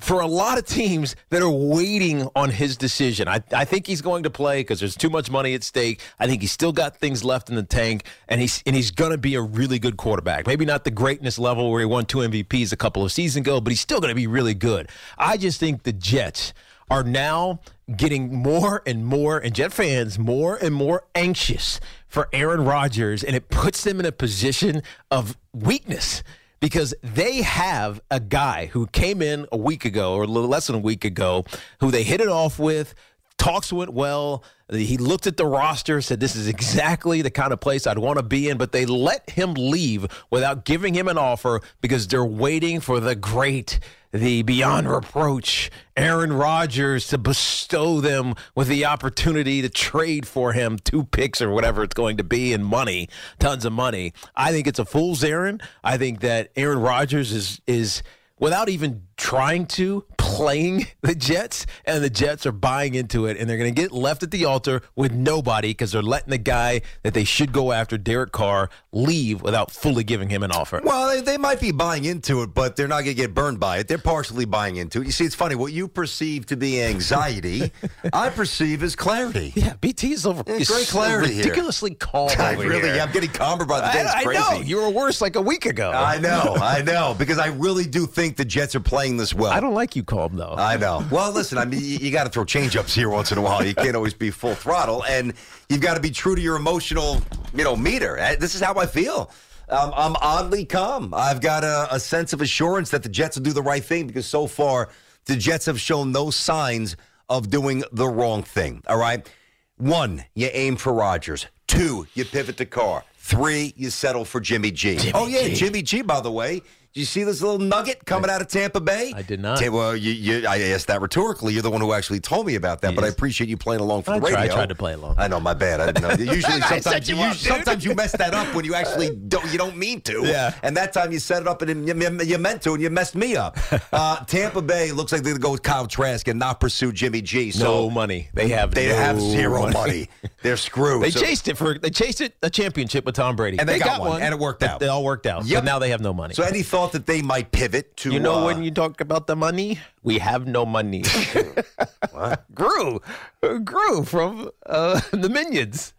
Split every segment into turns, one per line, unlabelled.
for a lot of teams that are waiting on his decision. I, I think he's going to play because there's too much money at stake. I think he's still got things left in the tank, and he's and he's going to be a really good quarterback. Maybe not the greatness level where he won two MVPs a couple of seasons ago, but he's still going to be really good. I just think the Jets are now getting more and more, and Jet fans more and more anxious for Aaron Rodgers, and it puts them in a position of weakness because they have a guy who came in a week ago or a little less than a week ago who they hit it off with. Talks went well. He looked at the roster, said, This is exactly the kind of place I'd want to be in. But they let him leave without giving him an offer because they're waiting for the great the beyond reproach Aaron Rodgers to bestow them with the opportunity to trade for him two picks or whatever it's going to be in money, tons of money. I think it's a fool's errand. I think that Aaron Rodgers is is without even trying to playing the Jets and the Jets are buying into it and they're going to get left at the altar with nobody cuz they're letting the guy that they should go after Derek Carr leave without fully giving him an offer.
Well, they, they might be buying into it, but they're not going to get burned by it. They're partially buying into it. You see, it's funny. What you perceive to be anxiety, I perceive as clarity.
Yeah, BT is over.
Yeah,
is
great clarity here.
ridiculously calm.
I
over
really,
here.
I'm getting calmer by the day. It's
I, I
crazy.
know you were worse like a week ago.
I know, I know, because I really do think the Jets are playing this well.
I don't like you calm though.
I know. Well, listen, I mean, you, you got to throw change-ups here once in a while. You can't always be full throttle, and you've got to be true to your emotional, you know, meter. Uh, This is how I feel. Um, I'm oddly calm. I've got a, a sense of assurance that the Jets will do the right thing because so far the Jets have shown no signs of doing the wrong thing. All right. One, you aim for Rodgers. Two, you pivot to Carr. Three, you settle for Jimmy G. oh yeah, Jimmy G. By the way, did you see this little nugget coming out of Tampa Bay?
I did not.
Ta- well, you, you, I asked that rhetorically. You're the one who actually told me about that, but I appreciate you playing along for
I
the
tried-
radio.
I tried to play along.
I know, my bad. I didn't know. Usually,
I set
sometimes you,
you up,
usually-
dude.
sometimes you mess that up when you actually don't. You don't mean to.
Yeah.
And that time you set it up and you, you, you meant to, and you messed me up. Uh, Tampa Bay looks like they're going to go with Kyle Trask and not pursue Jimmy G. So
no money. They have.
They
no
have zero money. They're screwed.
They
So-
chased it for. They chased it a championship with Tom Brady,
And they got one, and it worked
But
out.
They all worked out.
Yep.
But now they have no money.
So any thought that they might pivot to
you know
uh,
when you talk about the money, we have no money. Grew, grew from uh, the minions.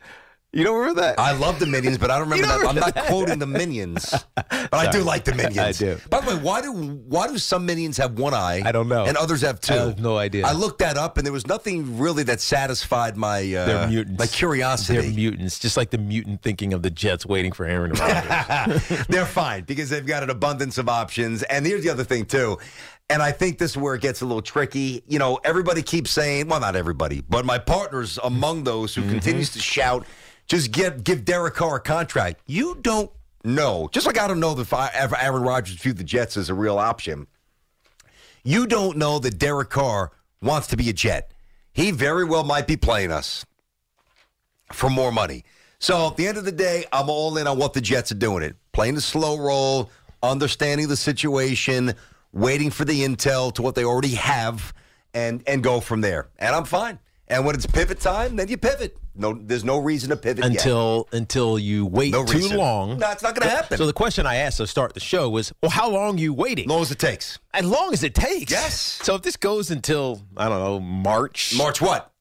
You don't remember that?
I love the Minions, but I don't remember
You don't
that. I'm not quoting the Minions, but I do like the Minions.
I do.
By the way, why do why do some Minions have one eye?
I don't know.
and others have two.
I have no idea.
I looked that up, and there was nothing really that satisfied my uh,
They're mutants.
my curiosity.
They're mutants, just like the mutant thinking of the Jets waiting for Aaron Rodgers.
They're fine because they've got an abundance of options. And here's the other thing, too. And I think this is where it gets a little tricky. You know, everybody keeps saying, well, not everybody, but my partner's among those who continues to shout, just give, give Derek Carr a contract. You don't know. Just like I don't know that if I- if Aaron Rodgers viewed the Jets as a real option, you don't know that Derek Carr wants to be a Jet. He very well might be playing us for more money. So at the end of the day, I'm all in on what the Jets are doing it. Playing the slow roll, understanding the situation, waiting for the intel to what they already have, and and go from there. And I'm fine. And when it's pivot time, then you pivot. No, there's no reason to pivot yet.
until until you wait
No
too
reason.
long.
No, it's not gonna happen.
So the question I asked to start the show was, well, how long you waiting?
as long as it takes.
As long as it takes.
Yes.
So if this goes until I don't know March,
March what?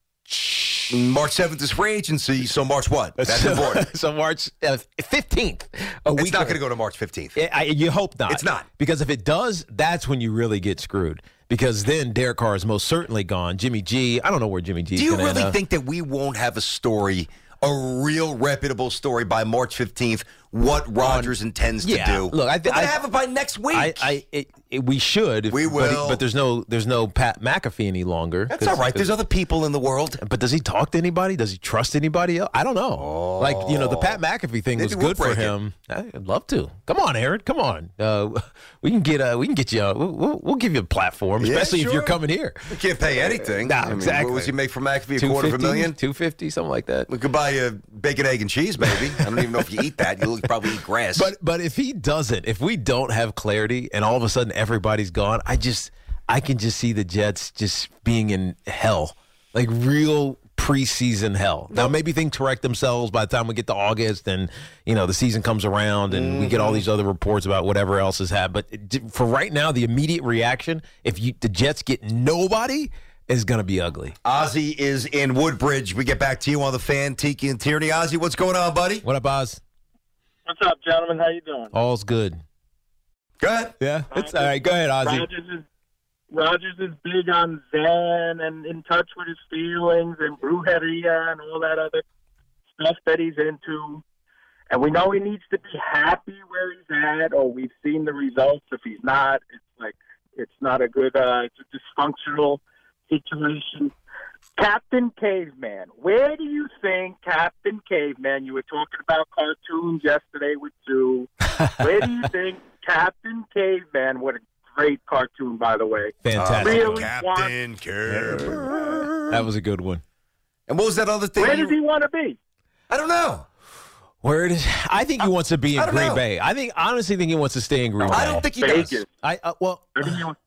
March 7th is free agency, so March what? That's
so,
important.
So March uh, fifteenth. a week
It's not
from-
going to go to March 15th.
Yeah, I, you hope not.
It's not.
Because if it does, that's when you really get screwed. Because then Derek Carr is most certainly gone. Jimmy G, I don't know where Jimmy G
Do you
gonna end
really
up.
think that we won't have a story, a real reputable story by March 15th, what Rodgers intends
yeah,
to do?
look, I thi-
We're gonna
I-
have it by next week.
I, I it, it, we should.
We
but-
will.
But, there's no there's no Pat McAfee any longer.
That's
'cause-
all right. There's other people in the world.
But does he talk to anybody? Does he trust anybody else? I don't know. Like you know, the Pat McAfee thing
Maybe
was
we'll
good for
break it.
him. I'd love to. Come on, Aaron. Come on. Uh, we can get uh, we can get you. Uh, we'll- we'll, we'll give you a platform,
Yeah,
especially if
sure.
you're coming here.
You can't pay anything.
Nah,
I mean,
exactly.
What would you make for McAfee? A quarter of a million?
two fifty, something like that.
We could buy a bacon, egg, and cheese, maybe. I don't even know if you eat that. You'll probably eat grass.
But but if he doesn't, if we don't have clarity, and all of a sudden everybody's gone, I just I can just see the Jets just being in hell, like real preseason hell. Now maybe things correct themselves by the time we get to August, and you know the season comes around, and we get all these other reports about whatever else has happened. But it- for right now, the immediate reaction, if you the Jets get nobody, is going to be ugly.
Ozzy is in Woodbridge. We get back to you on the fan, Tiki and Tierney. Ozzy, what's going on, buddy?
What up, Oz?
What's up, gentlemen? How you doing?
All's good.
Go ahead.
Yeah, it's all right. Go ahead, Ozzy.
Rogers is Rogers is big on Zen and in touch with his feelings and brujeria and all that other stuff that he's into. And we know he needs to be happy where he's at, or we've seen the results. If he's not, it's like it's not a good. Uh, it's a dysfunctional situation. Captain Caveman, where do you think Captain Caveman? You were talking about cartoons yesterday with Sue. Where do you think Captain Caveman? What a great cartoon, by the way.
Fantastic.
Really want,
Captain Kirk.
That was a good one.
And what was that other thing?
where
you-
does he want to be?
I don't know.
Where it is, I think he wants to be in
I don't
Green
know.
Bay. I think honestly think he wants to stay in Green Bay.
I don't think he
Vegas.
does.
I uh, well,
Where does he want-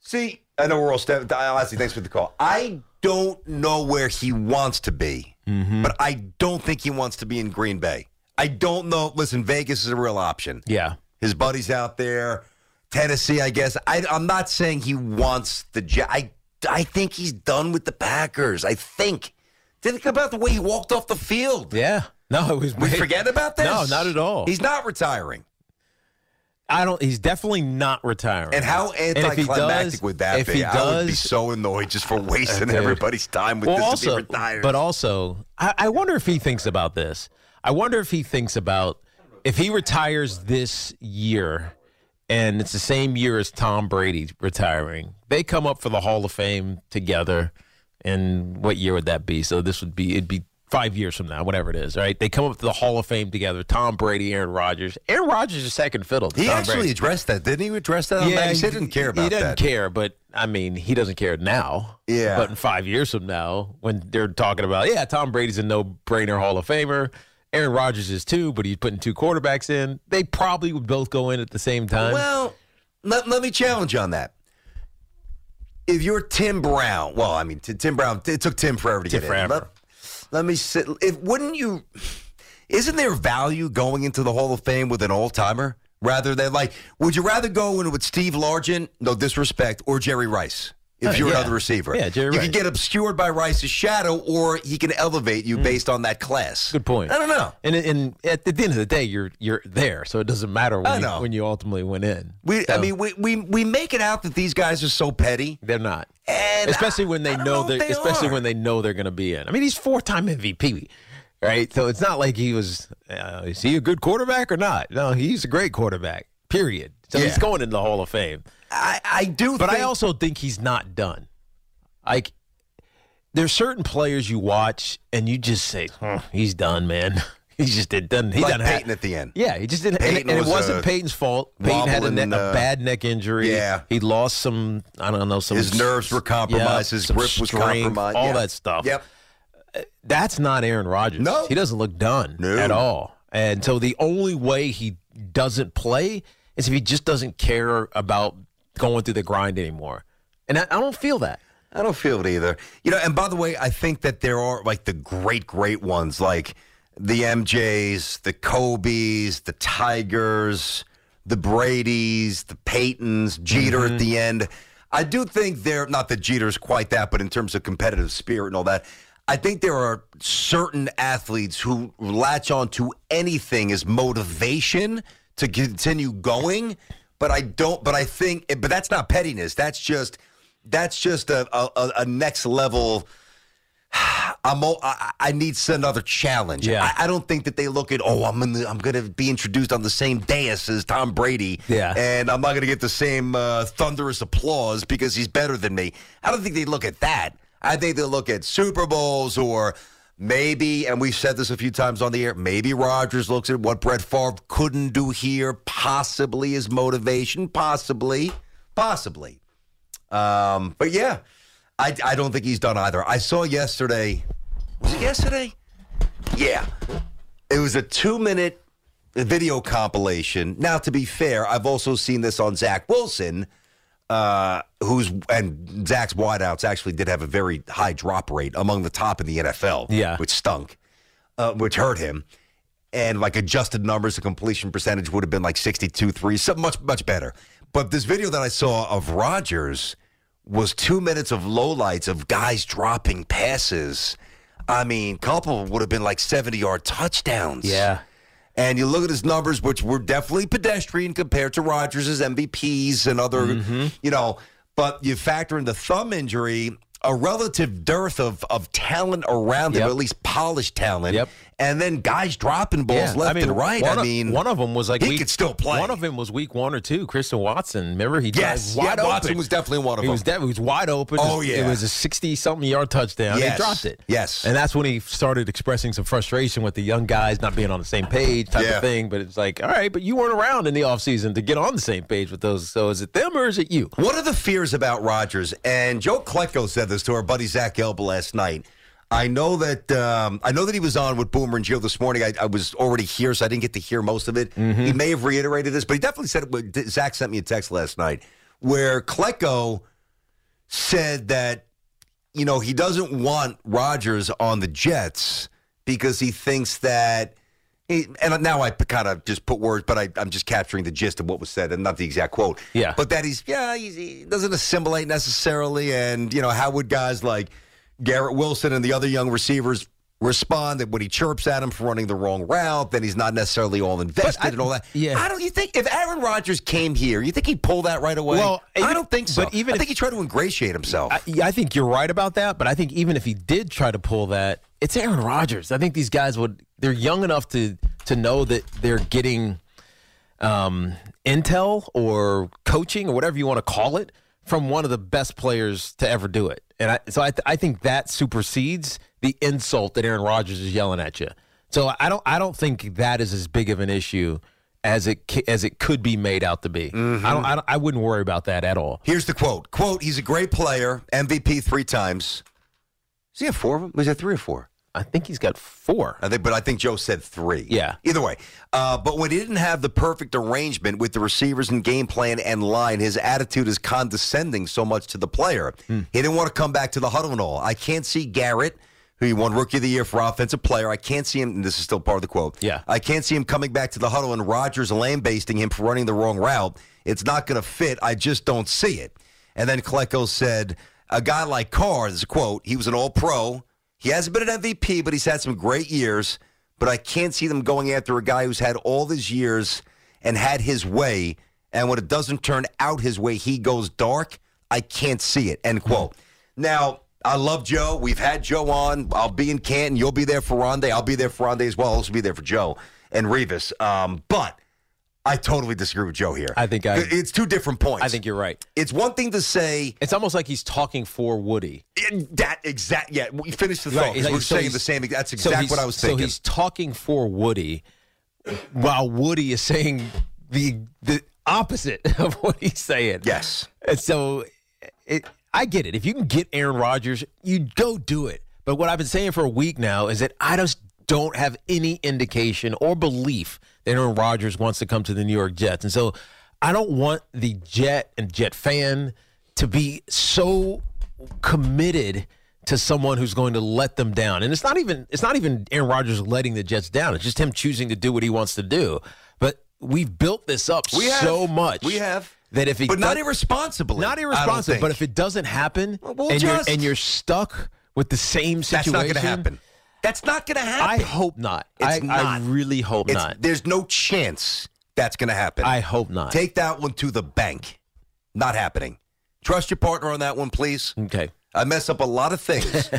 See, I know we're all stepping. Honestly, thanks for the call. I don't know where he wants to be,
Mm-hmm.
but I don't think he wants to be in Green Bay. I don't know. Listen, Vegas is a real option.
yeah.
His buddies out there, Tennessee, I guess. I, I'm not saying he wants the Jet. I, I think he's done with the Packers. I think. Think about the way he walked off the field.
Yeah. No, it was
We forget about this?
No, not at all.
He's not retiring.
I don't he's definitely not retiring.
And how
if he
anticlimactic
does-
would that
if
be?
he
I would be
does- uh,
so annoyed just for wasting
Dude.
everybody's time with
well,
this to
also,
be retired.
but also, I, I wonder if he thinks about this. I wonder if he thinks about if he retires this year, and it's the same year as Tom Brady retiring. They come up for the Hall of Fame together, and what year would that be? So this would be it'd be five years from now, whatever it is, right? They come up to the Hall of Fame together. Tom Brady, Aaron Rodgers. Aaron Rodgers is second fiddle. To
he
Tom
actually
Brady.
addressed that, didn't he? Address that? on that? he said he didn't care about
He doesn't
that.
care, but I mean, he doesn't care now.
Yeah.
But in five years from now, when they're talking about, yeah, Tom Brady's a no-brainer Hall of Famer. Aaron Rodgers is too, but he's putting two quarterbacks in. They probably would both go in at the same time.
Well, let, let me challenge on that. If you're Tim Brown, well, I mean, t- Tim Brown, it took Tim forever to
Tim
get in.
forever.
Let, let me sit. If wouldn't you? Isn't there value going into the Hall of Fame with an all timer rather than like? Would you rather go in with Steve Largent? No disrespect, or Jerry Rice. If
Oh,
you're
yeah.
another receiver,
Yeah, Jerry
you
Rice.
can get obscured by Rice's shadow, or he can elevate you based on that class.
Mm. Good point.
I don't know.
and, and at the end of the day, you're you're there, so it doesn't matter
I
when, you,
know.
when you ultimately went in.
We, I
So,
mean, we, we we make it out that these guys are so petty,
they're not.
and
especially when
I
they
don't
know
if
they're
they
especially
are.
when they know they're going to be in. I mean, he's four-time MVP, right? So it's not like he was uh, is he a good quarterback or not? No, he's a great quarterback. Period. So
Yeah.
he's going into the Hall of Fame.
I, I do.
But
think,
I also think he's not done. Like there's certain players you watch and you just say, "Huh, "He's done, man." he just did done. He
Like
done
Peyton at the end.
Yeah, he just didn't.
Peyton
and, and
was
it wasn't
a
Peyton's fault. Peyton had a,
wobble
ne-
and,
a
uh,
bad neck injury.
yeah.
he lost some. I don't know. Some
His nerves were compromised.
Yeah,
His
some
grip was
strength,
compromised.
All
Yeah.
that stuff.
Yep.
That's not Aaron Rodgers.
No.
he doesn't look done
No.
at all. And so the only way he doesn't play is if he just doesn't care about going through the grind anymore. And I, I don't feel that.
I don't feel it either. You know, and by the way, I think that there are like the great, great ones, like the MJs, the Kobe's, the Tigers, the Brady's, the Paytons, Jeter at the end. I do think they're not that Jeter's quite that, but in terms of competitive spirit and all that, I think there are certain athletes who latch on to anything as motivation to continue going. But I don't. But I think. But that's not pettiness. That's just that's just a a, a- a next level. I'm o- I, I need another challenge.
Yeah.
I, I don't think that they look at oh I'm in the, I'm gonna be introduced on the same dais as Tom Brady.
Yeah.
and I'm not gonna get the same uh, thunderous applause because he's better than me. I don't think they look at that. I think they look at Super Bowls or maybe, and we've said this a few times on the air. Maybe Rodgers looks at what Brett Favre couldn't do here, possibly as motivation, possibly, possibly. Um, but yeah, I, I don't think he's done either. I saw yesterday. Was it yesterday? Yeah. It was a two minute video compilation. Now, to be fair, I've also seen this on Zach Wilson, uh, who's, and Zach's wideouts actually did have a very high drop rate among the top in the NFL,
Yeah.
which stunk, uh, which hurt him. And like adjusted numbers, the completion percentage would have been like 62 3, something much, much better. But this video that I saw of Rodgers was two minutes of lowlights of guys dropping passes. I mean, couple would have been like 70 yard touchdowns. And you look at his numbers, which were definitely pedestrian compared to Rodgers' MVPs and other,
Mm-hmm.
you know, but you factor in the thumb injury, a relative dearth of, of talent around him,
Yep.
at least polished talent.
Yep.
And then guys dropping balls
Yeah,
left and right.
One
I
of,
mean,
one of them was uh, like
he
week,
could still play.
One of them was week one or two. Kristen Watson, remember he
Yes,
died wide
yeah,
open.
Watson was definitely one of
He
them.
was, de- he was wide open.
Oh,
It was-
yeah.
it was a sixty-something yard touchdown.
Yes,
He dropped it.
yes.
and that's when he started expressing some frustration with the young guys not being on the same page, type
Yeah.
of thing. But it's like, all right, but you weren't around in the offseason to get on the same page with those. So is it them or is it you?
What are the fears about Rodgers? And Joe Klecko said this to our buddy Zach Elba last night. I know that um, I know that he was on with Boomer and Joe this morning. I, I was already here, so I didn't get to hear most of it. He may have reiterated this, but he definitely said it. Zach sent me a text last night where Klecko said that you know he doesn't want Rodgers on the Jets because he thinks that. He, and now I kind of just put words, but I, I'm just capturing the gist of what was said and not the exact quote.
Yeah.
But that he's yeah he's, he doesn't assimilate necessarily, and you know how would guys like Garrett Wilson and the other young receivers respond that when he chirps at him for running the wrong route, then he's not necessarily all invested and all that.
yeah.
I don't. You think if Aaron Rodgers came here, you think he'd pull that right away?
Well,
I
even-
don't think so.
but even
I
if-
think he tried to ingratiate himself.
I, yeah, I think you're right about that, but I think even if he did try to pull that, it's Aaron Rodgers. I think these guys would they're young enough to to know that they're getting um, intel or coaching or whatever you want to call it from one of the best players to ever do it. And I, so I, th- I think that supersedes the insult that Aaron Rodgers is yelling at you. So I don't I don't think that is as big of an issue as it ca- as it could be made out to be. I don't I, don't, I wouldn't worry about that at all.
Here's the quote. Quote, he's a great player, MVP three times. Does he have four of them? Was that three or four?
I think he's got four.
I think, but I think Joe said three.
Yeah.
Either way. Uh, but when he didn't have the perfect arrangement with the receivers and game plan and line, his attitude is condescending so much to the player. He didn't want to come back to the huddle and all. I can't see Garrett, who he won Rookie of the Year for Offensive Player. I can't see him, and this is still part of the quote.
Yeah.
I can't see him coming back to the huddle and Rodgers lambasting him for running the wrong route. It's not going to fit. I just don't see it. And then Klecko said, a guy like Carr, this is a quote, he was an all pro. He hasn't been an MVP, but he's had some great years. But I can't see them going after a guy who's had all these years and had his way. And when it doesn't turn out his way, he goes dark. I can't see it. End quote. Now, I love Joe. We've had Joe on. I'll be in Canton. You'll be there for Rondé. I'll be there for Rondé as well. I'll also be there for Joe and Revis. Um, but I totally disagree with Joe here.
I think I-
It's two different points.
I think you're right.
It's one thing to say
It's almost like he's talking for Woody.
that exact. Yeah, we finished the thought.
Right,
'cause
like-
we're
so
saying
he's-
the same. That's
so
exactly
he's-
what I was
So
thinking.
he's talking for Woody, while Woody is saying the the opposite of what he's saying.
Yes.
And so, it, I get it. If you can get Aaron Rodgers, you go do it. But what I've been saying for a week now is that I just don't have any indication or belief that Aaron Rodgers wants to come to the New York Jets, and so I don't want the Jet and Jet fan to be so committed to someone who's going to let them down. And it's not even it's not even Aaron Rodgers letting the Jets down. It's just him choosing to do what he wants to do. But we've built this up
We have.
so much.
We have.
that if he
but not
does-
irresponsibly.
not irresponsible. But if it doesn't happen,
Well, we'll
and, you're,
just-
and you're stuck with the same
that's
situation,
not going to happen, that's not going to
I
happen.
hope not.
It's
I, I
not.
really hope
It's-
not.
There's no chance that's going to happen.
I hope not.
Take that one to the bank. Not happening. Trust your partner on that one, please.
okay.
I mess up a lot of things.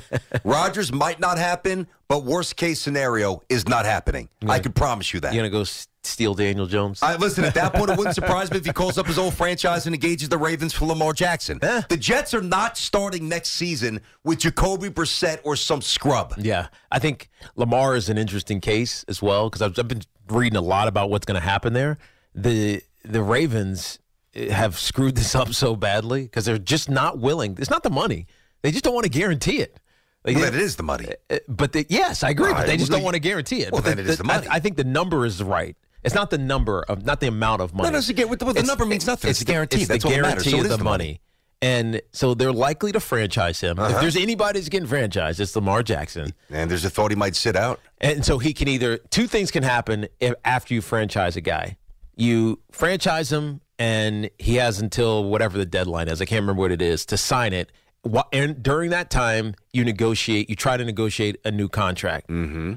Rogers might not happen, but worst case scenario is not happening. I can promise you that.
You gonna go s- steal Daniel Jones?
I, listen, at that point, it wouldn't surprise me if he calls up his old franchise and engages the Ravens for Lamar Jackson.
Eh.
The Jets are not starting next season with Jacoby Brissett or some scrub.
Yeah, I think Lamar is an interesting case as well because I've, I've been reading a lot about what's going to happen there. The the Ravens eh, have screwed this up so badly because they're just not willing. It's not the money; they just don't want to guarantee it. Like,
Well,
they-
that is the money.
Uh, But the, yes, I agree.
All
but they
right,
just
well,
don't
you-
want to guarantee it.
well,
But
then it is the money.
I, I think the number is right. It's not the number of, not the amount of money.
no, it's the- what the- what the number means nothing. It's the guarantee.
It's
That's
the
what
guarantee
matters. So it
of
is
the,
the money. Uh-huh.
money. And so they're likely to franchise him. If there's anybody that's getting franchised, it's Lamar Jackson.
And there's a thought he might sit out.
And so he can either two things can happen if, after you franchise a guy. You franchise him, and he has until whatever the deadline is. I can't remember what it is to sign it. Wha- And during that time, you negotiate. You try to negotiate a new contract. Mm-hmm.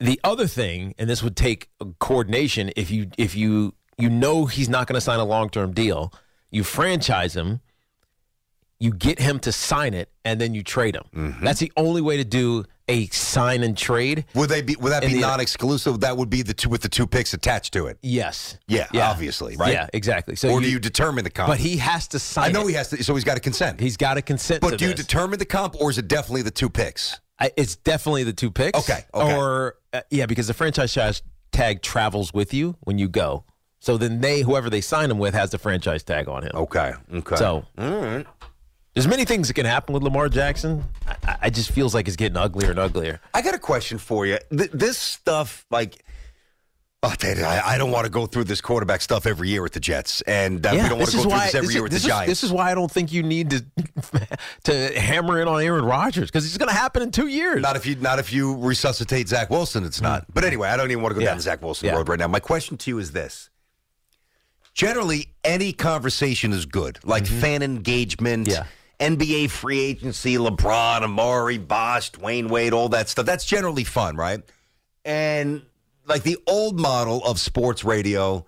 The other thing, and this would take coordination, if you if you you know he's not going to sign a long term deal, you franchise him you get him to sign it and then you trade him. That's the only way to do a sign and trade.
Would they be? Would that
In
be
the- uh,
non-exclusive? That would be the two with the two picks attached to it.
Yes.
Yeah, obviously, right?
Yeah, exactly. So
or do you determine the comp?
But he has to sign.
I know
it.
he has to. So he's got to consent.
He's got to consent. to
but do you
this.
determine the comp, or is it definitely the two picks?
I, it's definitely the two picks.
Okay, okay.
Or uh, yeah, because the franchise tag- tag travels with you when you go. So then they, whoever they sign him with, has the franchise tag on him.
Okay. Okay.
So there's many things that can happen with Lamar Jackson. I- I, I just feels like it's getting uglier and uglier.
I got a question for you. Th- this stuff, like, oh, Dad, I, I don't want to go through this quarterback stuff every year with the Jets, and uh, we don't want to go through this every year with
this
the
is-
Giants.
This is why I don't think you need to to hammer in on Aaron Rodgers because it's going to happen in two years.
not if you not if you resuscitate Zach Wilson, it's not. But anyway, I don't even want to go
Hmm. Yeah.
down the Zach Wilson
Yeah.
road right now. My question to you is this: Generally, any conversation is good, like fan engagement,
Mm-hmm. Yeah.
NBA free agency, LeBron, Amari, Bosh, Dwayne Wade, all that stuff. That's generally fun, right? And like the old model of sports radio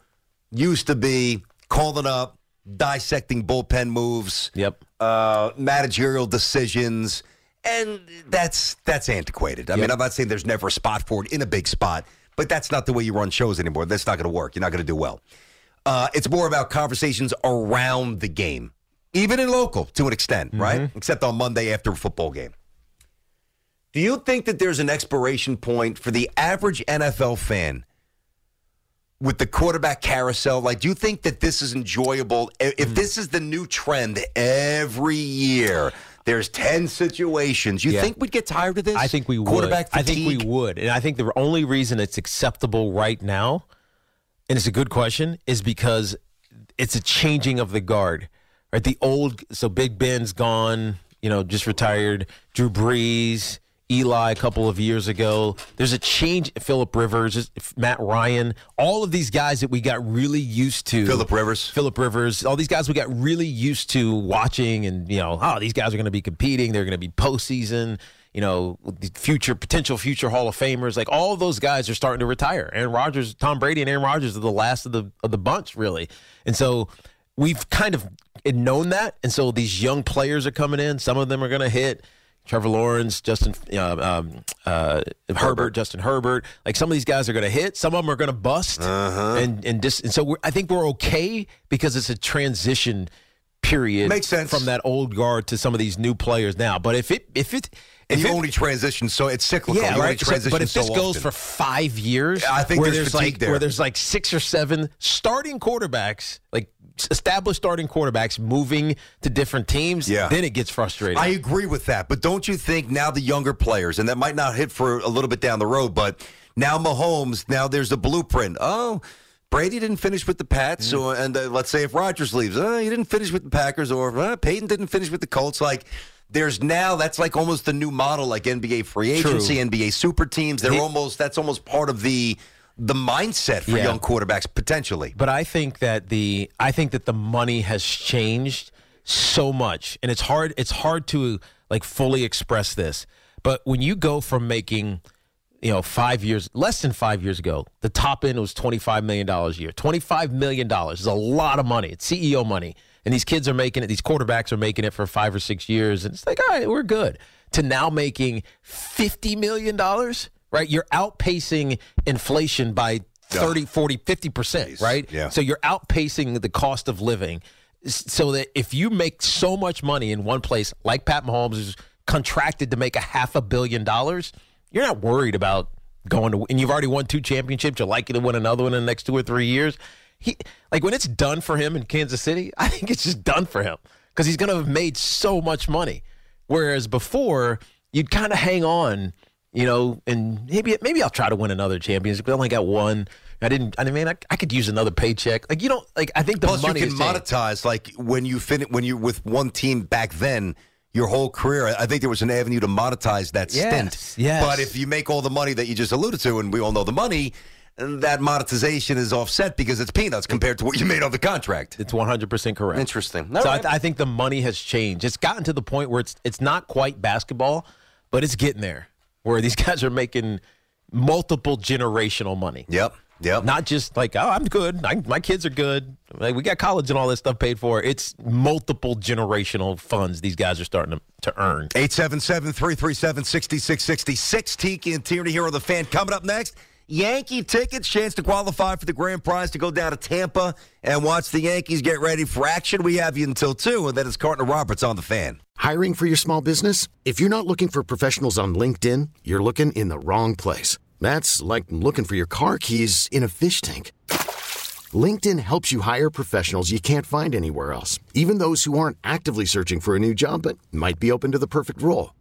used to be calling up, dissecting bullpen moves
Yep.
uh, managerial decisions, and that's that's antiquated. I mean, I'm not saying there's never a spot for it in a big spot, but that's not the way you run shows anymore. That's not going to work. You're not going to do well. Uh, it's more about conversations around the game, even in local to an extent,
Mm-hmm.
right? Except on Monday after a football game. Do you think that there's an expiration point for the average NFL fan with the quarterback carousel? Like, do you think that this is enjoyable? I-
Mm-hmm.
If this is the new trend every year, there's 10 situations. You
Yeah.
think we'd get tired of this?
I think we would.
Quarterback
I
fatigue?
think we would, and I think the only reason it's acceptable right now, and it's a good question, is because it's a changing of the guard. Right, the old so Big Ben's gone. You know, just retired. Drew Brees, Eli, a couple of years ago. There's a change. Philip Rivers, Matt Ryan, all of these guys that we got really used to.
Phillip Rivers.
Philip Rivers, all these guys we got really used to watching, and you know, oh, these guys are going to be competing. They're going to be postseason. You know, the future potential future Hall of Famers. Like all those guys are starting to retire. Aaron Rodgers, Tom Brady, and Aaron Rodgers are the last of the of the bunch, really. And so we've kind of known that, and so these young players are coming in. Some of them are going to hit. Trevor Lawrence, Justin uh, um, uh, Herbert. Justin Herbert. Like some of these guys are going to hit, some of them are going to bust,
Uh-huh.
and and, dis- and so we're, I think we're okay because it's a transition period.
Makes sense.
from that old guard to some of these new players now. But if it if it
And
if
you
it-
only transition, so it's cyclical.
yeah,
you
right.
Only
So-
transition
but if
so
this goes
often.
for five years,
I think
where
there's fatigue
like
there.
where there's like six or seven starting quarterbacks, like s- established starting quarterbacks, moving to different teams,
Yeah.
then it gets frustrating.
I agree with that, but don't you think now the younger players, and that might not hit for a little bit down the road, but now Mahomes, now there's a blueprint. Oh, Brady didn't finish with the Pats,
Mm.
so and uh, let's say if Rodgers leaves, uh, he didn't finish with the Packers, or uh, Peyton didn't finish with the Colts. Like there's now that's like almost the new model, like NBA free
True.
agency, NBA super teams. They're
He-
almost that's almost part of the the mindset for
Yeah.
young quarterbacks potentially.
but I think that the I think that the money has changed so much, and it's hard it's hard to like fully express this. But when you go from making you know five years less than five years ago, the top end was twenty five million dollars a year. Twenty five million dollars is a lot of money. It's CEO money, and these kids are making it. These quarterbacks are making it for five or six years, and it's like all right, we're good. To now making fifty million dollars. Right, you're outpacing inflation by 30, 40, 50%, right?
Yeah.
So you're outpacing the cost of living. S- So that if you make so much money in one place, like Pat Mahomes is contracted to make a half a billion dollars, you're not worried about going to, and you've already won two championships. You're likely to win another one in the next two or three years. He, like when it's done for him in Kansas City, I think it's just done for him because he's going to have made so much money. Whereas before, you'd kind of hang on, you know, and maybe maybe I'll try to win another championship. But I only got one. I didn't. I mean, I, I could use another paycheck. Like you don't like. I think the
Plus,
money
you
is
can
changed.
monetize like when you fin- when you're with one team back then. Your whole career, I I think there was an avenue to monetize that
Yes,
stint.
yes.
But if you make all the money that you just alluded to, and we all know the money, that monetization is offset because it's peanuts compared to what you made on the contract.
It's one hundred percent correct.
Interesting.
so I, I think the money has changed. It's gotten to the point where it's it's not quite basketball, but it's getting there. Where these guys are making multiple generational money.
Yep. Yep.
Not just like oh I'm good, I, my kids are good, like we got college and all that stuff paid for. It's multiple generational funds these guys are starting to, to earn.
877-337-6666. Tiki and Tierney here on the fan. Coming up next, Yankee tickets, chance to qualify for the grand prize to go down to Tampa and watch the Yankees get ready for action. We have you until two, and then it's Carter Roberts on the fan.
Hiring for your small business? If you're not looking for professionals on LinkedIn, you're looking in the wrong place. That's like looking for your car keys in a fish tank. LinkedIn helps you hire professionals you can't find anywhere else, even those who aren't actively searching for a new job but might be open to the perfect role.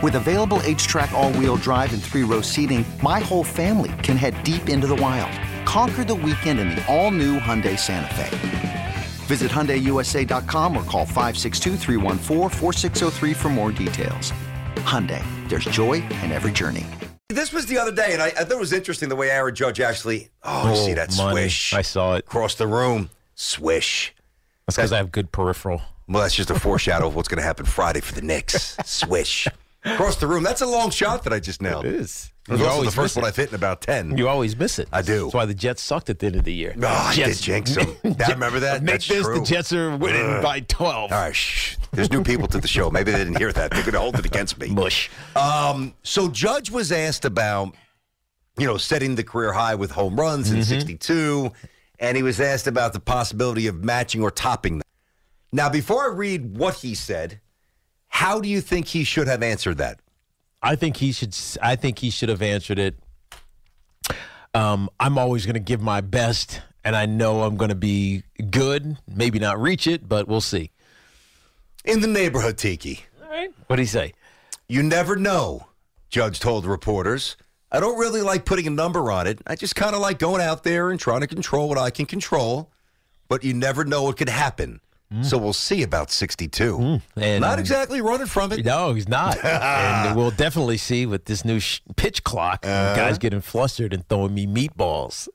With available H track, all wheel drive, and three row seating, my whole family can head deep into the wild. Conquer the weekend in the all new Hyundai Santa Fe. Visit HyundaiUSA.com or call 562-314-4603 for more details. Hyundai, there's joy in every journey.
This was the other day, and I, I thought it was interesting the way Aaron Judge actually. Oh, see that
money.
swish
I saw it.
across the room, swish.
That's because I have good peripheral.
Well, that's just a foreshadow of what's going to happen Friday for the Knicks. swish across the room. That's a long shot that I just nailed. It
is.
was also
You
the
always
first
miss
one I've hit in about ten.
You always miss it.
I do.
That's why the Jets sucked at the end of the year.
Oh, I did
Jets-
jinx 'em. I remember that.
Make
That's
this
true.
the Jets are winning by twelve.
All right, shh. There's new people to the show. Maybe they didn't hear that. They're going to hold it against me.
Mush.
Um, so Judge was asked about, you know, setting the career high with home runs in 62, and he was asked about the possibility of matching or topping that. Now, before I read what he said, how do you think he should have answered that?
I think he should. s- I think he should have answered it. Um, I'm always going to give my best, and I know I'm going to be good. Maybe not reach it, but we'll see.
In the neighborhood, Tiki.
What do you say?
You never know, Judge told reporters. I don't really like putting a number on it. I just kind of like going out there and trying to control what I can control. But you never know what could happen. So we'll see about 62.
And um,
Not exactly running from it.
No, he's not. and we'll definitely see with this new sh- pitch clock.
Uh-huh.
Guys getting flustered and throwing me meatballs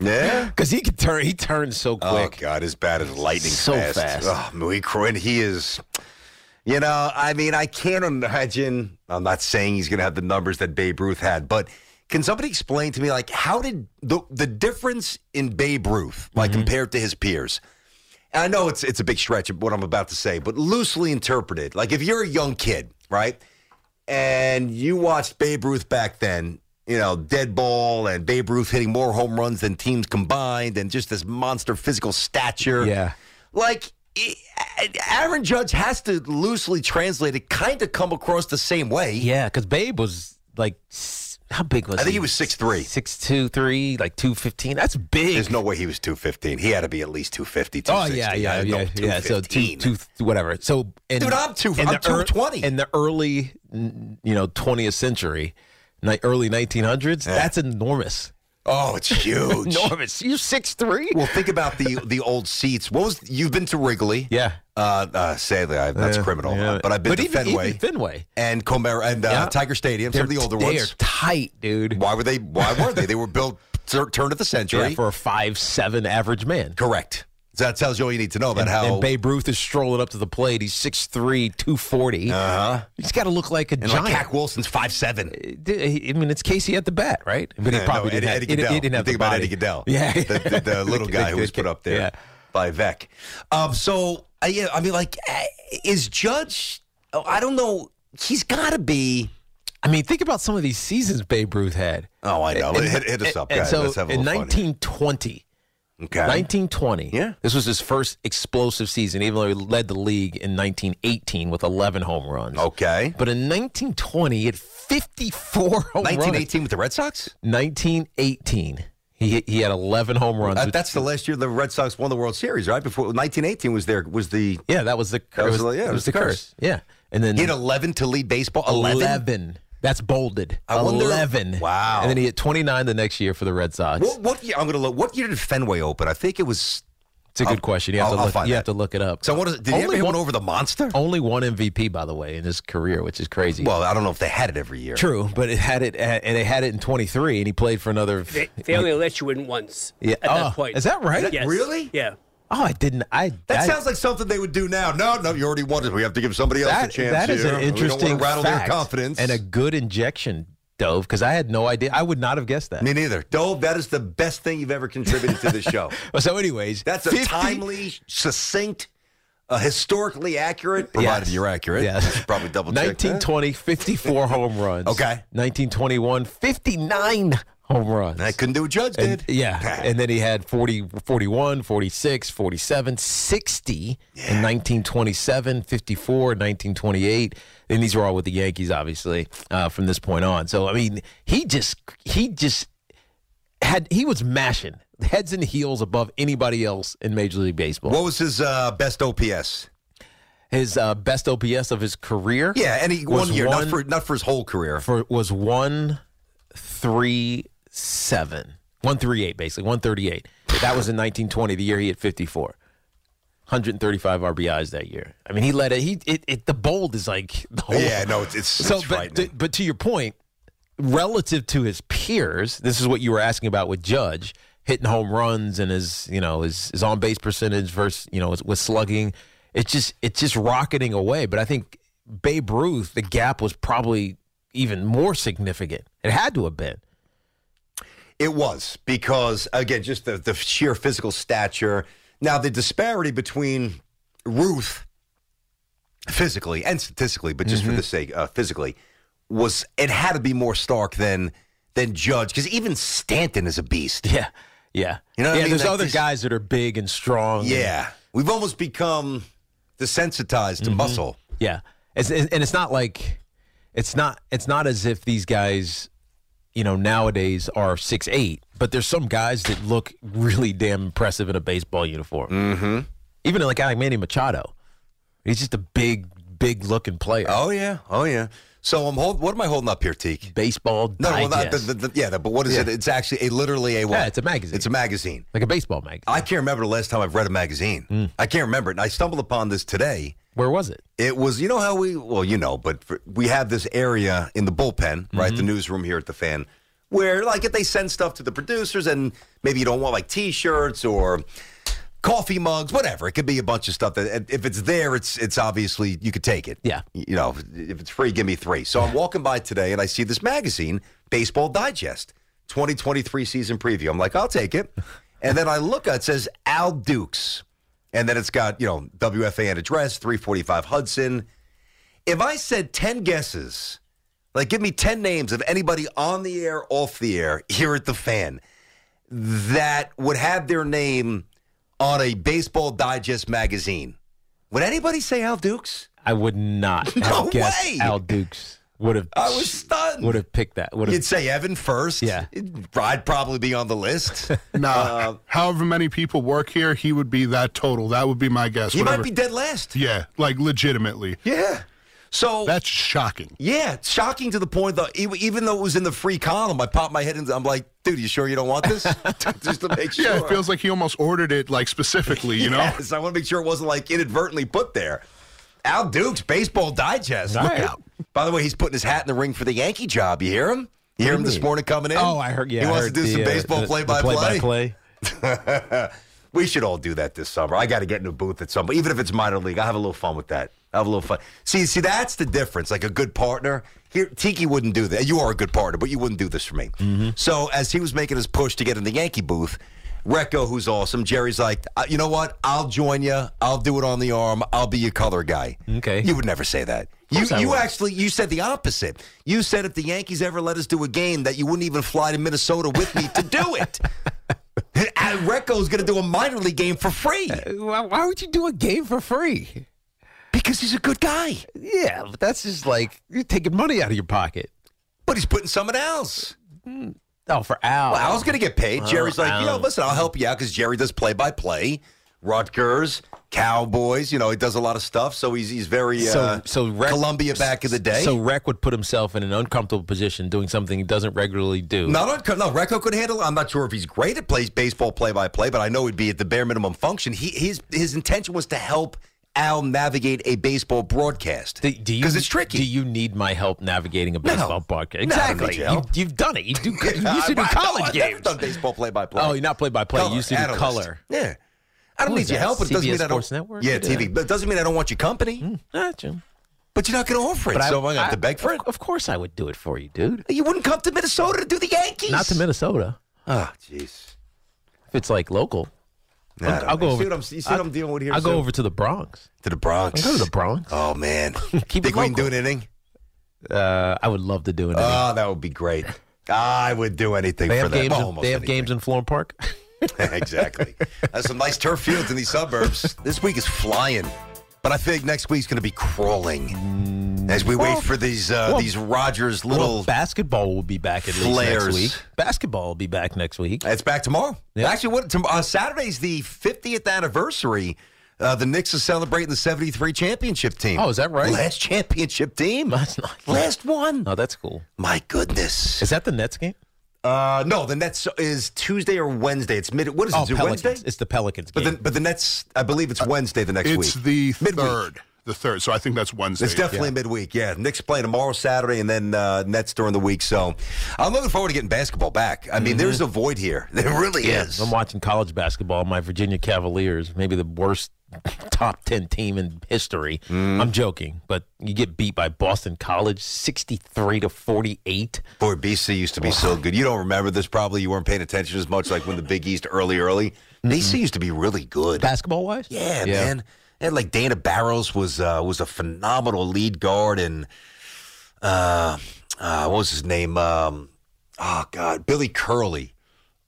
Yeah.
because he can turn. He turns so
Oh
quick.
God, as bad as lightning
So fast.
Oh, Moe Croin, he is. You know, I mean, I can't imagine. I'm not saying he's going to have the numbers that Babe Ruth had, but can somebody explain to me, like, how did the the difference in Babe Ruth, like
Mm-hmm.
compared to his peers? And I know it's it's a big stretch of what I'm about to say, but loosely interpreted, like if you're a young kid, right, and you watched Babe Ruth back then, you know, dead ball and Babe Ruth hitting more home runs than teams combined, and just this monster physical stature.
Yeah.
like i- Aaron Judge has to loosely translate it, kind of come across the same way.
Yeah, because Babe was like, s- how big was he?
I think he was 6'3".
six two three, like two fifteen. That's big.
There's no way he was 215. He had to be at least 250,
Oh
260.
yeah, yeah,
No,
yeah, yeah. So two,
215.
two, th- whatever. So in,
Dude, I'm two-
in
I'm
the
220.
in the early, n- you know, twentieth century, ni- early nineteen hundreds. That's enormous.
Oh, it's huge.
Enormous. You're six three.
Well, think about the the old seats. What was you've been to Wrigley?
Yeah.
Uh, uh, sadly, I, that's criminal.
Yeah.
But I've been to
even-
Fenway
even Fenway.
and Comer and uh,
Yeah.
Tiger Stadium. Some of the older
they
ones.
are tight, dude.
Why were they? Why were they? They were built tur- turn of the
Yeah,
century.
for a five seven average man.
Correct. So that tells you all you need to know about
And,
how
and Babe Ruth is strolling up to the plate. He's 6'3", 240. Uh-huh. He's got to look like a
and
giant.
like Cack Wilson's five seven.
I mean, it's Casey at the bat, right? But he
Eddie,
probably didn't have,
Eddie
he didn't-
Goodell.
he didn't
You
have
think
the
about
body.
Eddie Goodell.
Yeah,
the, the, the little
The-
guy who
the-
was put up there
yeah.
by Vec. Um, so I, yeah, I mean, like, eh, is Judge? oh, I don't know. He's got to be.
I mean, think about some of these seasons Babe Ruth had.
Oh, I know.
And-
hit, hit us up,
and
guys.
so
Let's have a
in
little fun here.
1920,
Okay.
1920,
Yeah.
this was his first explosive season, even though he led the league in 1918 with 11 home runs.
Okay.
But in 1920, he had 54 home runs.
1918 with the Red Sox.
1918, he, he had 11 home runs.
Uh,
which-
that's the last year the Red Sox won the World Series, right? Before 1918 was there was the
yeah, that was the curse.
was the- yeah,
it was the curse. Yeah. And then
he had 11 to lead baseball. 11.
That's bolded.
I wonder-
11.
Wow.
And then he hit 29 the next year for the Red Sox.
What, what year? I'm gonna look. What year did Fenway open? I think it was.
It's a good question. You have
I'll-
to
I'll
look.
find
you
that.
have to look it up.
So what is, did he ever
Only
hit one
one-
over the monster?
Only one MVP, by the way, in his career, which is crazy.
Well, I don't know if they had it every year.
true, but it had it, and they had it in 23, and he played for another.
They, they only let you in once
Yeah.
at
Oh,
that point.
is that right? Is that
Yes.
really?
Yeah.
oh, I didn't. I
That
I-
sounds like something they would do now. No, no, you already won it. We have to give somebody else a
that,
chance.
that is
here.
an
we
interesting
don't want to rattle
fact
their confidence.
and a good injection, Dove, because I had no idea. I would not have guessed that.
me neither. Dove, that is the best thing you've ever contributed to the show.
So, anyways,
That's a
50
timely, succinct, uh, historically accurate. Provided
Yes.
you're accurate.
Yes.
You should probably double check. that.
1920, 54 home runs.
Okay.
1921, 59 home runs.
I couldn't do what Judge
And-
did.
yeah. And then he had 40, 41, 46, 47, 60 in 1927, 54, 1928. And these were all with the Yankees, obviously, uh, from this point on. So, I mean, he just, he just had, he was mashing heads and heels above anybody else in Major League Baseball.
What was his uh, best OPS?
His uh, best OPS of his career.
Yeah, and he
Was
one year,
one-
not for not for his whole career.
for was one three seven. One three eight basically, one thirty eight. That was in nineteen twenty, the year he hit fifty four. 135 RBIs that year. I mean, he led it. He it, it the bold is like the whole,
yeah, no, it's, it's,
Oh. So,
it's
but
frightening.
but to your point, relative to his peers, this is what you were asking about with Judge hitting home runs and his you know his, his on base percentage versus you know his, with slugging. It's just it's just rocketing away. But I think Babe Ruth, the gap was probably even more significant. It had to have been.
It was because again, just the, the sheer physical stature. Now the disparity between Ruth physically and statistically, but just for the sake uh, physically, was it had to be more stark than than Judge because even Stanton is a beast.
Yeah, yeah.
You know what I
yeah.
mean?
There's
Like
other
this-
guys that are big and strong. and-
Yeah, we've almost become desensitized to muscle.
Yeah, it's, and it's not like It's not. It's not as if these guys, you know, nowadays are six eight, but there's some guys that look really damn impressive in a baseball uniform. Mm-hmm. Even like a guy like Manny Machado, he's just a big, big looking player.
Oh yeah, oh yeah. So I'm hold. What am I holding up here, Teak?
Baseball.
No, well,
digest.
not the, the, the, yeah, the, but what is
Yeah.
it? It's actually a literally a what?
Yeah, it's a magazine.
It's a magazine.
like a baseball mag.
I can't remember the last time I've read a magazine. I can't remember it, and I stumbled upon this today.
Where was it?
It was, you know how we, well, you know, but for, we have this area in the bullpen, right? The newsroom here at the fan, where like if they send stuff to the producers and maybe you don't want like t shirts or coffee mugs, whatever. It could be a bunch of stuff that if it's there, it's it's obviously you could take it.
Yeah.
You know, if it's free, give me three. So I'm walking by today and I see this magazine, Baseball Digest, 2023 season preview. I'm like, I'll take it. And then I look at it says Al Dukes. And then it's got, you know, WFAN address, 345 Hudson. If I said 10 guesses, like give me 10 names of anybody on the air, off the air, here at the fan, that would have their name on a Baseball Digest magazine. Would anybody say Al Dukes?
I would not have
No
guessed
way!
Al Dukes would have.
I was stunned.
Would have picked that. Would have.
You'd say Evan first.
Yeah.
I'd probably be on the list. Uh,
Nah, however many people work here, he would be that total. That would be my guess.
he might
Whatever.
be dead last.
yeah, like legitimately.
Yeah. So
That's shocking.
yeah, it's shocking to the point that e- even though it was in the free column, I popped my head and I'm like, dude, you sure you don't want this? Just to make sure.
Yeah, it feels like he almost ordered it like specifically, you know?
Yes, I want to make sure it wasn't like inadvertently put there. Al Dukes, Baseball Digest. Look
right.
out. By the way, he's putting his hat in the ring for the Yankee job. You hear him? You hear him this morning coming in?
Oh, I heard. Yeah,
he
I
wants
heard
to do some
the, uh,
baseball
the- the
play-by-play.
play-by-play.
We should all do that this summer. I got to get in a booth at some, even if it's minor league. I have a little fun with that. I have a little fun. See, see, that's the difference. Like a good partner. Here, Tiki wouldn't do that. You are a good partner, but you wouldn't do this for me.
Mm-hmm.
So as he was making his push to get in the Yankee booth, Recco, who's awesome, Jerry's like, "Uh, you know what? I'll join you. I'll do it on the arm. I'll be your color guy.
Okay.
You would never say that. You,
course I
you
would.
actually, you said the opposite. You said if the Yankees ever let us do a game, that you wouldn't even fly to Minnesota with me to do it. Al Recco's going to do a minor league game for free
Why, why would you do a game for free?
because he's a good guy,
Yeah, but that's just like you're taking money out of your pocket.
but he's putting someone else.
Oh, for Al.
Well, Al's going to get paid. Jerry's like, you know, listen, I'll help you out because Jerry does play by play, Rutgers, Cowboys. You know, he does a lot of stuff, so he's he's very uh,
so, so Rec,
Columbia back in the day.
So Rec would put himself in an uncomfortable position doing something he doesn't regularly do.
Not on, no, Recco could handle. it. I'm not sure if he's great at plays baseball play by play, but I know he'd be at the bare minimum function. He his his intention was to help Al navigate a baseball broadcast.
Do, do you?
'Cause it's tricky.
Do you need my help navigating a baseball podcast?
No, I don't
Exactly.
need your
you,
help.
have done it. You do. You
I-
used to do
I- no,
college
I've never
games.
done baseball play by play.
Oh, you're not play by play. You used to do
analyst.
color.
Yeah. I don't
What
need
is
your
that,
help. It doesn't
CBS
mean I don't.
Sports Network?
Yeah,
Yeah.
TV. But it doesn't mean I don't want your company.
Hmm? Gotcha.
But you're not going to offer it, so I'm going to have to beg for it.
Of, of course, I would do it for you, dude.
You wouldn't come to Minnesota to do the Yankees.
Not to Minnesota.
Ah, jeez.
If it's like local,
Nah, I
I'll,
don't
I'll
know.
go
You see
over.
what I'm, you see what I'm dealing with here?
I'll
soon?
go over to the Bronx.
to the Bronx.
I'll go to the Bronx.
Oh man,
Keep
think
it
we can
local.
do an inning?
Uh, I would love to do it.
Oh, that would be great. I would do anything
they
for
have
that.
games.
Well,
in,
almost
they have
anything.
games in Florham Park.
exactly. That's some nice turf fields in these suburbs. This week is flying, but I think next week's going to be crawling as we
Well,
wait for these uh,
well,
these Rogers
Well,
little.
basketball will be back at least
Flares.
next week. Basketball will be back next week.
it's back tomorrow.
Yeah.
Actually, what tom- uh, Saturday's the 50th anniversary. Uh, the Knicks are celebrating the 73 championship team.
Oh, is that right?
Last championship team.
That's not-
Last one.
Oh, that's cool.
My goodness.
Is that the Nets game?
Uh, no, the Nets is Tuesday or Wednesday. It's mid. What is it?
oh,
Is it
Pelicans. Uh,
Wednesday?
It's the Pelicans
But
game.
the, but the Nets, I believe it's Wednesday the next
It's
week.
the
Midweek.
third. The third. So I think that's Wednesday.
It's definitely midweek. Yeah, Knicks play tomorrow, Saturday, and then uh, Nets during the week. So I'm looking forward to getting basketball back. I mean, there's a void here. There really is.
I'm watching college basketball. My Virginia Cavaliers, maybe the worst top ten team in history.
Mm.
I'm joking, but you get beat by Boston College, sixty-three to forty-eight.
Boy, BC used to be so good. You don't remember this probably. You weren't paying attention as much like when the Big East early, early. BC used to be really good.
Basketball wise,
Yeah, man. And like Dana Barrows was uh, was a phenomenal lead guard, and uh, uh, what was his name? Um, oh God, Billy Curley.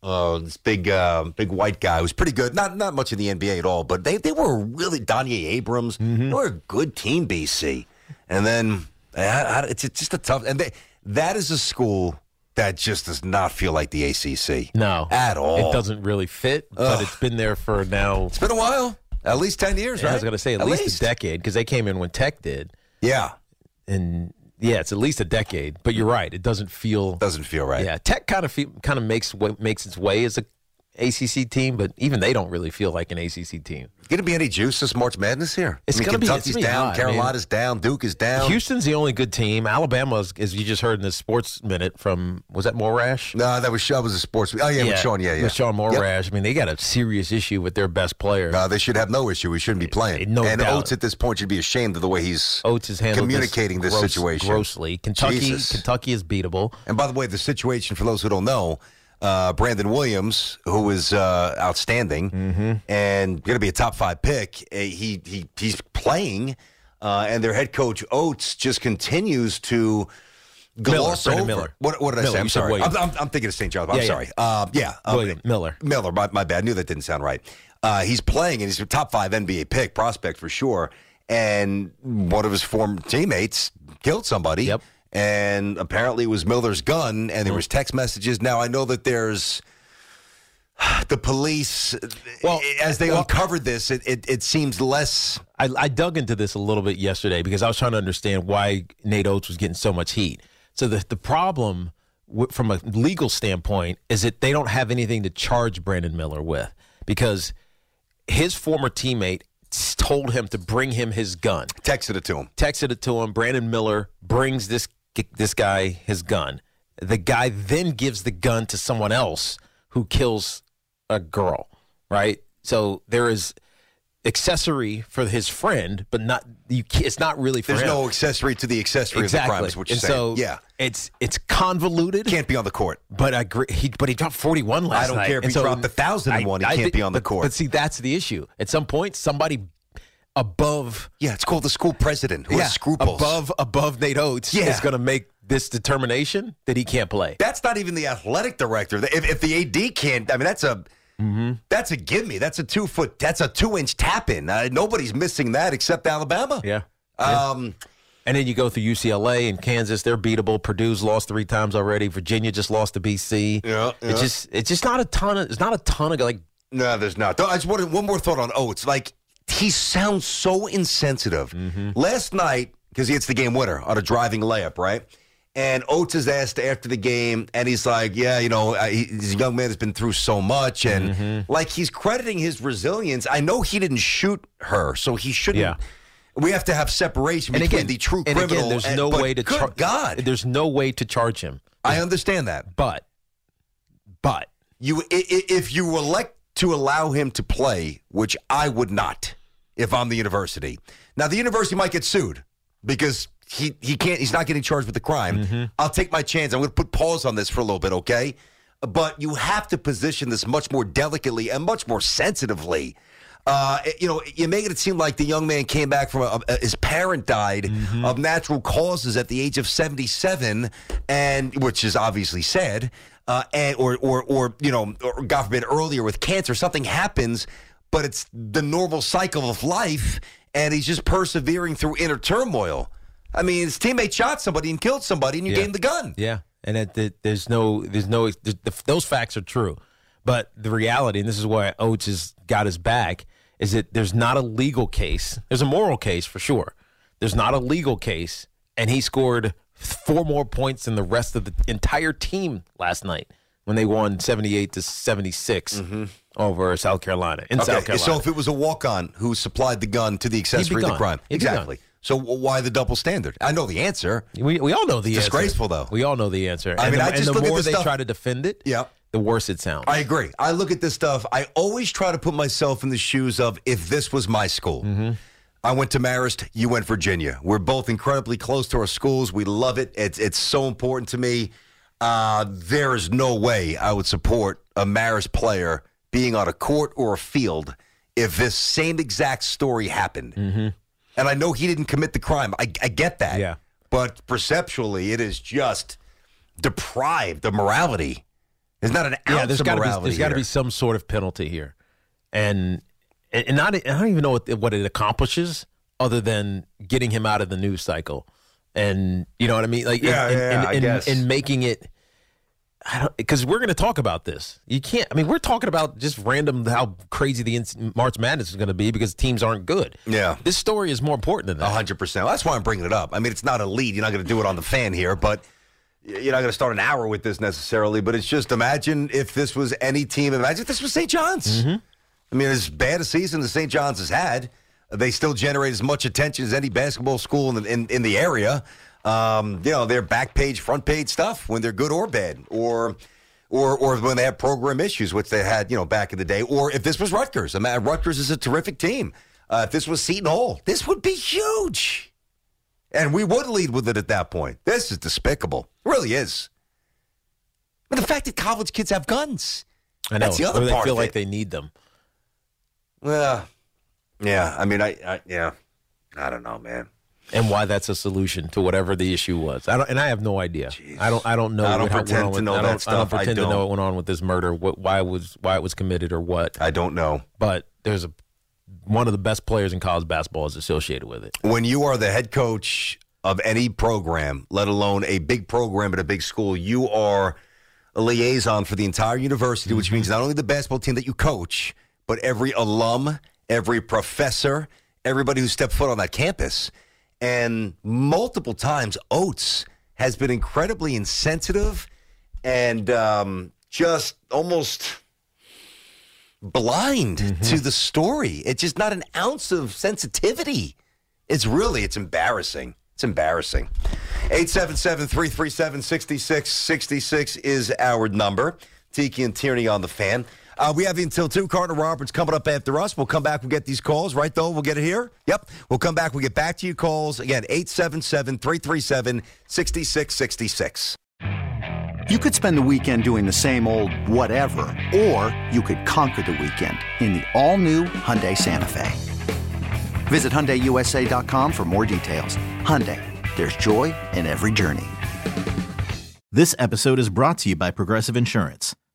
Uh, this big, uh, big white guy was pretty good. Not not much in the NBA at all, but they,
Mm-hmm.
they were really Donnie Abrams. They were a good team, BC. And then I- I- it's it's just a tough, and they, that is a school that just does not feel like the ACC.
No,
at all.
It doesn't really fit, but
Ugh.
it's been there for now.
It's been a while, at least ten years.
I
right?
was going to say at, least, a decade because they came in when Tech did,
Yeah,
and yeah, it's at least a decade. But you're right; it doesn't feel.
doesn't feel right.
Yeah, Tech kind of feel, kind of makes what makes its way as a ACC team, but even they don't really feel like an ACC team.
Going to be any juice this March Madness here?
It's
I mean,
gonna be- it's
Kentucky's
gonna be
down,
hot, I mean-
Carolina's down, Duke is down.
Houston's the only good team. Alabama, is, as you just heard in the sports minute from was that Morash?
No, that was that was a sports. Oh yeah, with Sean. Yeah, yeah.
With Sean
Yep.
Morash. I mean, they got a serious issue with their best player.
No, Uh, they should have no issue. We shouldn't be playing.
No
and
doubt.
Oates at this point should be ashamed of the way he's.
Oates is handling
Communicating this situation.
grossly. Kentucky,
Jesus.
Kentucky is beatable.
And by the way, the situation for those who don't know, uh, Brandon Williams, who was uh, outstanding
Mm-hmm.
and going to be a top five pick, uh, he he he's playing, uh, and their head coach Oates just continues to. Gloss
Brandon
over.
Miller.
What, what did I
Miller,
say? I'm
you said
sorry. I'm,
Williams.
I'm, I'm thinking of St. John's. I'm
Yeah, yeah.
sorry. Um, yeah. um,
William Miller.
Miller, my, my bad. I knew that didn't sound right. Uh, he's playing, and he's a top five NBA pick prospect for sure. And one of his former teammates killed somebody.
Yep. Mm-hmm.
And apparently it was Miller's gun, and there was text messages. Now I know that there's the police.
Well,
as they
well-
uncovered this, it, it, it seems less.
I, I dug into this a little bit yesterday because I was trying to understand why Nate Oates was getting so much heat. So the the problem w- from a legal standpoint is that they don't have anything to charge Brandon Miller with because his former teammate s- told him to bring him his gun.
Texted it to him.
Texted it to him. Brandon Miller brings this this guy his gun. The guy then gives the gun to someone else who kills a girl, right? So there is accessory for his friend, but not you. ca- It's not really for
There's
him.
no accessory to the accessory of the
exactly.
crime, is what you're
and
saying.
so
yeah.
it's it's convoluted.
Can't be on the court.
But I agree. He, but he dropped 41 last night.
I don't care if
And
he dropped 1,001, he can't
think-
be on the
but-
court.
But see, that's the issue. At some point, somebody above
Yeah, it's called the school president who has scruples.
above above Nate Oates
Yeah.
is going to make this determination that he can't play.
That's not even the athletic director. If, if the AD can't, I mean, that's a
Mm-hmm.
that's a give me. That's a two foot. That's a two inch tap in. Uh, nobody's missing that except Alabama.
Yeah.
Um,
And then you go through UCLA and Kansas; they're beatable. Purdue's lost three times already. Virginia just lost to BC.
Yeah, yeah.
It's just it's just not a ton of it's not a ton of like
no, there's not. I just wanted one more thought on Oates. Like he sounds so insensitive.
Mm-hmm.
Last night, because he hits the game winner on a driving layup, right? And Oates is asked after the game, and he's like, "Yeah, you know, I, he- he's a young man that's been through so much, and
Mm-hmm.
like he's crediting his resilience. I know he didn't shoot her, so he shouldn't."
Yeah.
We have to have separation
and
between
again
the true
and
criminal.
again, there's
and-
no
but
way to
good
charge.
God,
There's no way to charge him.
I understand that.
But but
You, i- i- if you elect to allow him to play, which I would not, if I'm the university. Now the university might get sued because he he can't. He's not getting charged with the crime. I'll take my chance. I'm going to put pause on this for a little bit, okay? But you have to position this much more delicately and much more sensitively. Uh, it- you know, you make it seem like the young man came back from a, a- his parent died
Mm-hmm.
of natural causes at the age of 77, and which is obviously sad. Uh, and, or, or, or, you know, or God forbid, earlier with cancer, something happens, but it's the normal cycle of life, and he's just persevering through inner turmoil. I mean, his teammate shot somebody and killed somebody, and you
Yeah.
gave him the gun.
Yeah, and it, it, there's no, there's no, th th those facts are true, but the reality, and this is why Oates has got his back, is that there's not a legal case. There's a moral case for sure. There's not a legal case, and he scored four more points than the rest of the entire team last night when they won 78 to 76 over South Carolina in South
Mm-hmm. Okay,
Carolina.
so if it was a walk-on who supplied the gun to the accessory to the
gone.
crime,
He'd be gone.
exactly. So w- why the double standard? I know the answer.
We, we all know the answer.
disgraceful, though.
We all know the answer.
I
and
mean,
the,
I
and
just
the
look at
more
the
they
stuff-
try to defend it,
Yeah.
the worse it sounds.
I agree. I look at this stuff. I always try to put myself in the shoes of if this was my school. I went to Marist. You went Virginia. We're both incredibly close to our schools. We love it. It's it's so important to me. Uh, there is no way I would support a Marist player being on a court or a field if this same exact story happened. And I know he didn't commit the crime. I, I get that.
Yeah.
But perceptually, it is just deprived of morality. There's not an ounce
yeah, there's
of
got to
morality.
be there's got to
here.
be some sort of penalty here, and and and not I don't even know what, what it accomplishes other than getting him out of the news cycle and you know what I mean? Like,
Yeah,
in, in,
yeah,
in,
I
in-
guess.
in making it. I don't because we're going to talk about this. You can't. I mean, we're talking about just random how crazy the ins- March Madness is going to be because teams aren't good.
Yeah. Uh-huh.
this story is more important than that.
A hundred percent. That's why I'm bringing it up. I mean, it's not a lead. You're not going to do it on the fan here, but y- you're not going to start an hour with this necessarily. But it's just imagine if this was any team. Imagine if this was St. John's. I mean, as bad a season as St. John's has had, they still generate as much attention as any basketball school in the, in, in the area. Um, you know, their back page, front page stuff when they're good or bad, or or or when they have program issues, which they had, you know, back in the day. Or if this was Rutgers, I mean, Rutgers is a terrific team. Uh, if this was Seton Hall, this would be huge, and we would lead with it at that point. This is despicable. It really is. But the fact that college kids have guns.
I know.
That's the other
or they
part
feel
of
like
it.
they need them.
Well, yeah. I mean, I, I yeah. I don't know, man.
and why that's a solution to whatever the issue was. I don't, and I have no idea. I don't. I don't know.
I don't
what- how it went
pretend
on
to
with-
know
I
that
don't, I don't
stuff. I
pretend to
don't.
know what went on with this murder. What? Why was? Why it was committed or what?
I don't know.
But there's a one of the best players in college basketball is associated with it.
When you are the head coach of any program, let alone a big program at a big school, you are a liaison for the entire university, which means not only the basketball team that you coach, but every alum, every professor, everybody who stepped foot on that campus. And multiple times, Oates has been incredibly insensitive and um, just almost blind to the story. It's just not an ounce of sensitivity. It's really, it's embarrassing. It's embarrassing. 877-337-6666 is our number. Tiki and Tierney on the fan. Uh, we have you until 2. Carter Roberts coming up after us. We'll come back. We'll get these calls. Right, though? We'll get it here? Yep. We'll come back. We'll get back to you calls. Again, 877-337-6666.
You could spend the weekend doing the same old whatever, or you could conquer the weekend in the all-new Hyundai Santa Fe. Visit HyundaiUSA.com for more details. Hyundai, there's joy in every journey.
This episode is brought to you by Progressive Insurance.